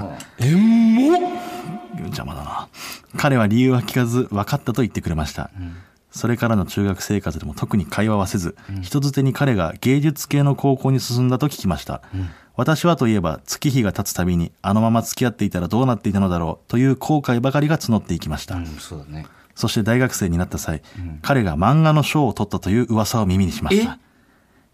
[SPEAKER 2] 邪魔だな彼は理由は聞かず分かったと言ってくれました、それからの中学生活でも特に会話はせず、人づてに彼が芸術系の高校に進んだと聞きました、私はといえば月日が経つたびにあのまま付き合っていたらどうなっていたのだろうという後悔ばかりが募っていきました、
[SPEAKER 1] うん、そうだね。
[SPEAKER 2] そして大学生になった際、彼が漫画の賞を取ったという噂を耳にしました。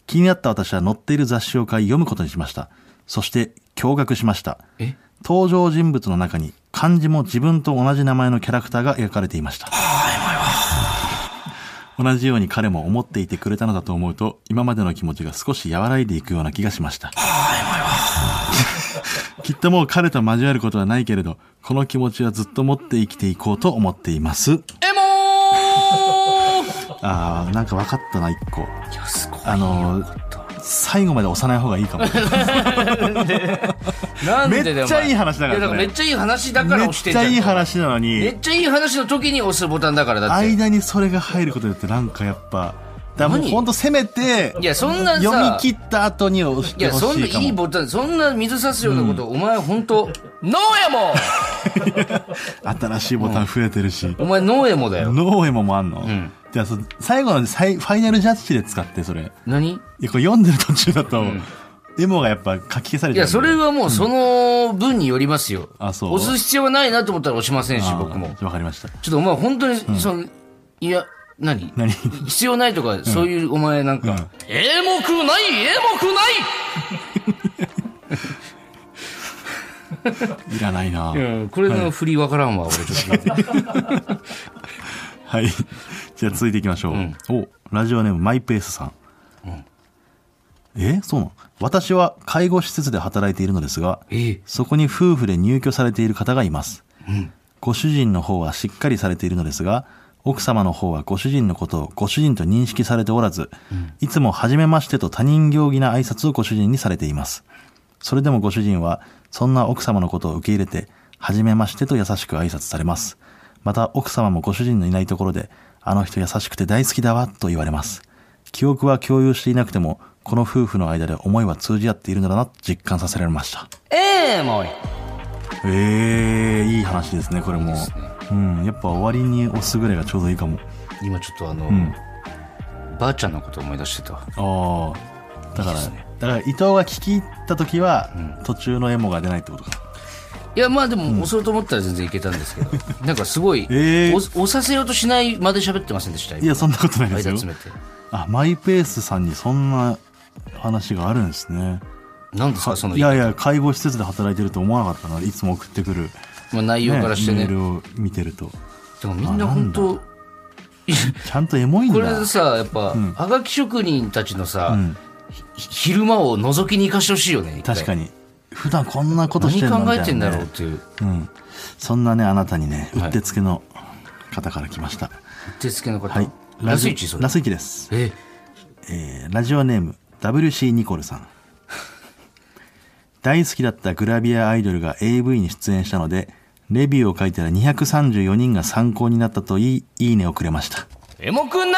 [SPEAKER 2] 気になった私は載っている雑誌を買い読むことにしました。そして驚愕しました
[SPEAKER 1] え。
[SPEAKER 2] 登場人物の中に漢字も自分と同じ名前のキャラクターが描かれていました。同じように彼も思っていてくれたのだと思うと、今までの気持ちが少し和らいでいくような気がしました。 [LAUGHS] きっともう彼と交わることはないけれど、この気持ちはずっと持って生きていこうと思っています。
[SPEAKER 1] エモ
[SPEAKER 2] ああ、なんか分かったな、一個。
[SPEAKER 1] ーいや、すごいよ。
[SPEAKER 2] あの
[SPEAKER 1] よかった
[SPEAKER 2] 最後まで押さない方がい
[SPEAKER 1] [LAUGHS]
[SPEAKER 2] いかも。
[SPEAKER 1] なんでだよ
[SPEAKER 2] めっちゃいい話だか
[SPEAKER 1] お前
[SPEAKER 2] ら
[SPEAKER 1] いや
[SPEAKER 2] これ
[SPEAKER 1] めっちゃいい話だから
[SPEAKER 2] めっ
[SPEAKER 1] 押してんじ
[SPEAKER 2] ち
[SPEAKER 1] ゃ
[SPEAKER 2] ゃ
[SPEAKER 1] ん
[SPEAKER 2] いい話なの
[SPEAKER 1] めっ
[SPEAKER 2] に、
[SPEAKER 1] ちゃいい話の時に押すボタンだからだって
[SPEAKER 2] 間にそれが入ることによってなんかやっぱ、だからもう
[SPEAKER 1] 何
[SPEAKER 2] ほんとせめて、
[SPEAKER 1] いやそんなさ
[SPEAKER 2] 読み切った後に押し
[SPEAKER 1] い
[SPEAKER 2] て
[SPEAKER 1] や
[SPEAKER 2] ほ
[SPEAKER 1] そん
[SPEAKER 2] し
[SPEAKER 1] ない
[SPEAKER 2] かも。
[SPEAKER 1] いいボタンそんな水差すようなこと、お前本当ノーエ
[SPEAKER 2] [LAUGHS]
[SPEAKER 1] モ
[SPEAKER 2] 新しいボタン増えてるし。
[SPEAKER 1] お前ノーエモだよ
[SPEAKER 2] ノーエモもあんの、
[SPEAKER 1] ん
[SPEAKER 2] じゃあそ、最後のさいファイナルジャッジで使って、それ。い
[SPEAKER 1] 何
[SPEAKER 2] や、これ読んでる途中だと、エモがやっぱ書き消され
[SPEAKER 1] い
[SPEAKER 2] ちゃう
[SPEAKER 1] やそれはもうその、の分によりますよ。
[SPEAKER 2] あそう
[SPEAKER 1] 押す必要はないなと思ったら押しませんし、
[SPEAKER 2] あー
[SPEAKER 1] 僕も。
[SPEAKER 2] わかりました。
[SPEAKER 1] ちょっとお前本当に、その、いや、何
[SPEAKER 2] 何
[SPEAKER 1] 必要ないとか、そういうお前なん
[SPEAKER 2] うん
[SPEAKER 1] か、エモくないエモくない
[SPEAKER 2] いらないな。
[SPEAKER 1] うん、これの振りわからんわ、俺ちょっと。
[SPEAKER 2] はい。 [LAUGHS] じゃあ続いていきましょう。お、ラジオネームマイペースさん。えそうなの私は介護施設で働いているのですが、
[SPEAKER 1] ええ
[SPEAKER 2] そこに夫婦で入居されている方がいます。ご主人の方はしっかりされているのですが、奥様の方はご主人のことをご主人と認識されておらず、いつも初めましてと他人行儀な挨拶をご主人にされています。それでもご主人は、そんな奥様のことを受け入れて、初めましてと優しく挨拶されます。また、奥様もご主人のいないところで、あの人優しくて大好きだわ、と言われます。記憶は共有していなくても、この夫婦の間で思いは通じ合っているのだな、と実感させられました。
[SPEAKER 1] [LAUGHS] ええ、もうい。
[SPEAKER 2] ええいい話ですね、これも。うん、やっぱ終わりに押すぐらいがちょうどいいかも。
[SPEAKER 1] 今ちょっとあの、
[SPEAKER 2] ん
[SPEAKER 1] ばあちゃんのこと思い出してたわ。
[SPEAKER 2] ああ、だから、
[SPEAKER 1] いいですね
[SPEAKER 2] だから伊藤が聞き入った時は、途中のエモが出ないってことか。
[SPEAKER 1] いや、まあでも、押そうと思ったら全然いけたんですけ [LAUGHS] ど、なんかすごい、
[SPEAKER 2] ええ
[SPEAKER 1] 押押させようとしないまで喋ってませんでした、
[SPEAKER 2] い
[SPEAKER 1] 今。
[SPEAKER 2] や、そんなことないです
[SPEAKER 1] 間
[SPEAKER 2] よ。
[SPEAKER 1] 詰めて。
[SPEAKER 2] あ、マイペースさんにそんな話があるんですね。
[SPEAKER 1] 何ですか、その、
[SPEAKER 2] いやいや、介護施設で働いてると思わなかったな。いつも送ってくる、ね、
[SPEAKER 1] まあ、内容からして
[SPEAKER 2] メ
[SPEAKER 1] ね
[SPEAKER 2] ー。ルを見てると。
[SPEAKER 1] でもみんな本当、
[SPEAKER 2] ちゃんとエモいんだ。
[SPEAKER 1] これでさ、やっぱ、はがき職人たちのさ、ひ昼間を覗きに行かしてほしいよね。一回
[SPEAKER 2] 確かに。普段こんなことしてるの
[SPEAKER 1] 何考えてんだ
[SPEAKER 2] みたい
[SPEAKER 1] ろう
[SPEAKER 2] なね
[SPEAKER 1] っていう、う
[SPEAKER 2] うん、そんなねあなたにねう
[SPEAKER 1] はい
[SPEAKER 2] ってつけの方から来ました
[SPEAKER 1] ってつけの方。
[SPEAKER 2] はい、
[SPEAKER 1] ラスイチそれ
[SPEAKER 2] ラ。スイチです、
[SPEAKER 1] え、
[SPEAKER 2] えーラジオネーム WC ニコルさん大好きだったグラビアアイドルが AV に出演したのでレビューを書いたら234人が参考になったといいいいねをくれました
[SPEAKER 1] エモくない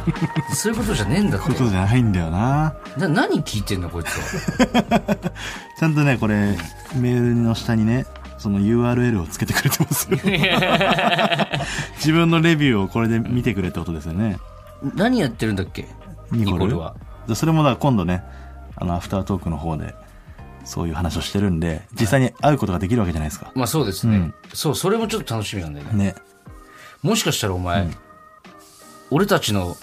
[SPEAKER 1] [LAUGHS] そういうことじゃねえんだっ
[SPEAKER 2] こと
[SPEAKER 1] て。
[SPEAKER 2] じゃないんだよな
[SPEAKER 1] な何聞いてんの、こいつは。
[SPEAKER 2] ちゃんとねこれメールの下にねその URL をつけてくれてます [LAUGHS]
[SPEAKER 1] [LAUGHS]
[SPEAKER 2] 自分のレビューをこれで見てくれってことですよね
[SPEAKER 1] 何やってるんだっけ
[SPEAKER 2] ニコル
[SPEAKER 1] ニコルは。
[SPEAKER 2] でそれもだから今度ねあのアフタートークの方でそういう話をしてるんで実際に会うことができるわけじゃないですか
[SPEAKER 1] まあそうですね、そう、それもちょっと楽しみなんだよね。
[SPEAKER 2] ね
[SPEAKER 1] もしかしたらお前、俺たちの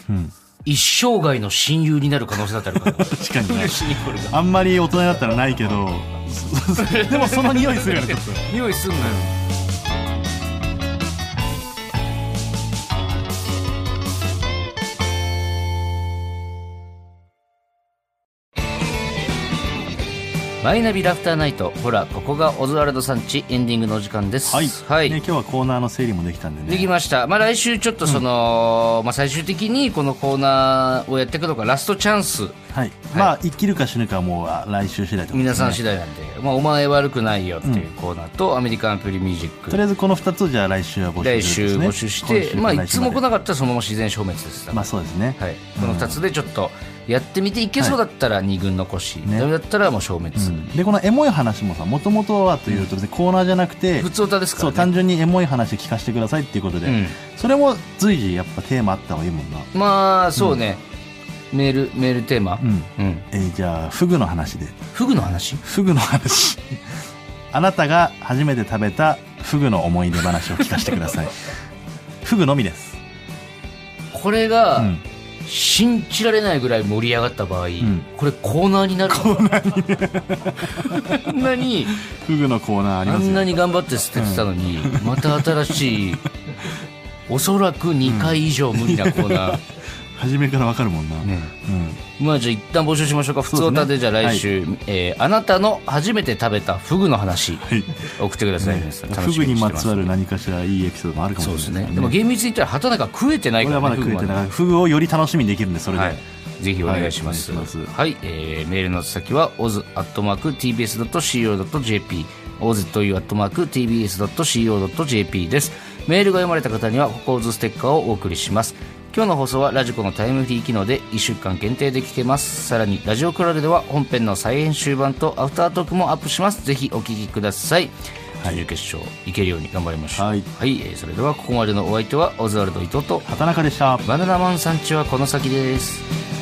[SPEAKER 1] 一生涯の親友になる可能性だってある [LAUGHS] から。
[SPEAKER 2] 確かにね
[SPEAKER 1] シニコルが
[SPEAKER 2] あんまり大人だったらないけ
[SPEAKER 1] [LAUGHS]
[SPEAKER 2] どそでもその匂いするよねちょっと
[SPEAKER 1] 匂いすんなよ。マイナビラフターナイト、ほら、ここがオズワルドさんちエンディングのお時間です。
[SPEAKER 2] はい、ね、今日はコーナーの整理もできたんでね
[SPEAKER 1] できました、まあ、来週ちょっとその、まあ、最終的にこのコーナーをやっていくのがラストチャンス
[SPEAKER 2] はい、まあ生きるか死ぬかはもうあ来週次第ってことで
[SPEAKER 1] 皆
[SPEAKER 2] すね
[SPEAKER 1] さん次第なんで、まあ、お前悪くないよっていうコーナーと、アメリカンプリミュージッ
[SPEAKER 2] とり
[SPEAKER 1] ク
[SPEAKER 2] あえずこの2つをじゃあ来週は募集
[SPEAKER 1] 来
[SPEAKER 2] する
[SPEAKER 1] 週
[SPEAKER 2] んで
[SPEAKER 1] 募
[SPEAKER 2] すね
[SPEAKER 1] 集し
[SPEAKER 2] 今週
[SPEAKER 1] て、
[SPEAKER 2] から
[SPEAKER 1] まあ、い
[SPEAKER 2] 来週
[SPEAKER 1] つ
[SPEAKER 2] ま
[SPEAKER 1] も
[SPEAKER 2] で
[SPEAKER 1] 来なかったらそのまま自然消滅です、
[SPEAKER 2] まあそうですね、
[SPEAKER 1] はい、この2つでちょっとやってみていけそうだったら2軍残し、ダメだったらもう消滅、
[SPEAKER 2] うんでこのエモい話もさもともとはというと別にコーナーじゃなくて、
[SPEAKER 1] 普通歌ですか
[SPEAKER 2] そう
[SPEAKER 1] らね
[SPEAKER 2] 単純にエモい話聞かせてくださいっていうことで、
[SPEAKER 1] うん
[SPEAKER 2] それも随時やっぱテーマあった方がいいもんな、
[SPEAKER 1] まあそうね、メールメールテーマ、
[SPEAKER 2] うん
[SPEAKER 1] うん、
[SPEAKER 2] えーじゃあフグの話で
[SPEAKER 1] フグの話
[SPEAKER 2] フグの話 [LAUGHS] あなたが初めて食べたフグの思い出話を聞かせてく
[SPEAKER 1] [LAUGHS]
[SPEAKER 2] ださいフグのみです、
[SPEAKER 1] これが、
[SPEAKER 2] うん
[SPEAKER 1] 信じられないぐらい盛り上がった場合、
[SPEAKER 2] ん
[SPEAKER 1] これコーナーになるコーナーにあんなに
[SPEAKER 2] フグのコーナーあり
[SPEAKER 1] あ
[SPEAKER 2] ます
[SPEAKER 1] んな
[SPEAKER 2] よ
[SPEAKER 1] に頑張って捨ててたのに、また新しいおそらく2回以上無理なコーナー、
[SPEAKER 2] 初めからわかるもんな、
[SPEAKER 1] ね
[SPEAKER 2] うん、
[SPEAKER 1] まあじゃあ一旦募集しましょうか普通歌でじゃあ来週、えーあなたの初めて食べたフグの話、送ってください、皆さん楽
[SPEAKER 2] フ
[SPEAKER 1] し
[SPEAKER 2] グ
[SPEAKER 1] み
[SPEAKER 2] に
[SPEAKER 1] して
[SPEAKER 2] ま
[SPEAKER 1] ます
[SPEAKER 2] つわる何かしらいいエピソードもあるか
[SPEAKER 1] そう
[SPEAKER 2] も
[SPEAKER 1] です
[SPEAKER 2] しれない
[SPEAKER 1] ねでも厳密に言ったら畑中食えてない
[SPEAKER 2] こ
[SPEAKER 1] か
[SPEAKER 2] れ
[SPEAKER 1] ら
[SPEAKER 2] はま
[SPEAKER 1] ね
[SPEAKER 2] だ食えて
[SPEAKER 1] フグ
[SPEAKER 2] な
[SPEAKER 1] ま
[SPEAKER 2] い
[SPEAKER 1] で
[SPEAKER 2] フグをより楽しみにできるんでそれで、
[SPEAKER 1] はい、ぜひお願いします。は
[SPEAKER 2] は
[SPEAKER 1] い、
[SPEAKER 2] いお願いします
[SPEAKER 1] えーメールの宛先は oz.tbs.co.jp、oz.tbs.co.jp です。メールが読まれた方には、ここオズステッカーをお送りします。今日の放送はラジコのタイムフリー機能で1週間限定で聞けます。さらに、ラジオクラウドでは本編の再編集版とアフタートークもアップします。ぜひお聞きください。準々決勝、いけるように頑張りましょう。
[SPEAKER 2] はい
[SPEAKER 1] えーそれではここまでのお相手は、オズワルド伊藤と、
[SPEAKER 2] 畑中でした
[SPEAKER 1] バナナマンさんちはこの先です。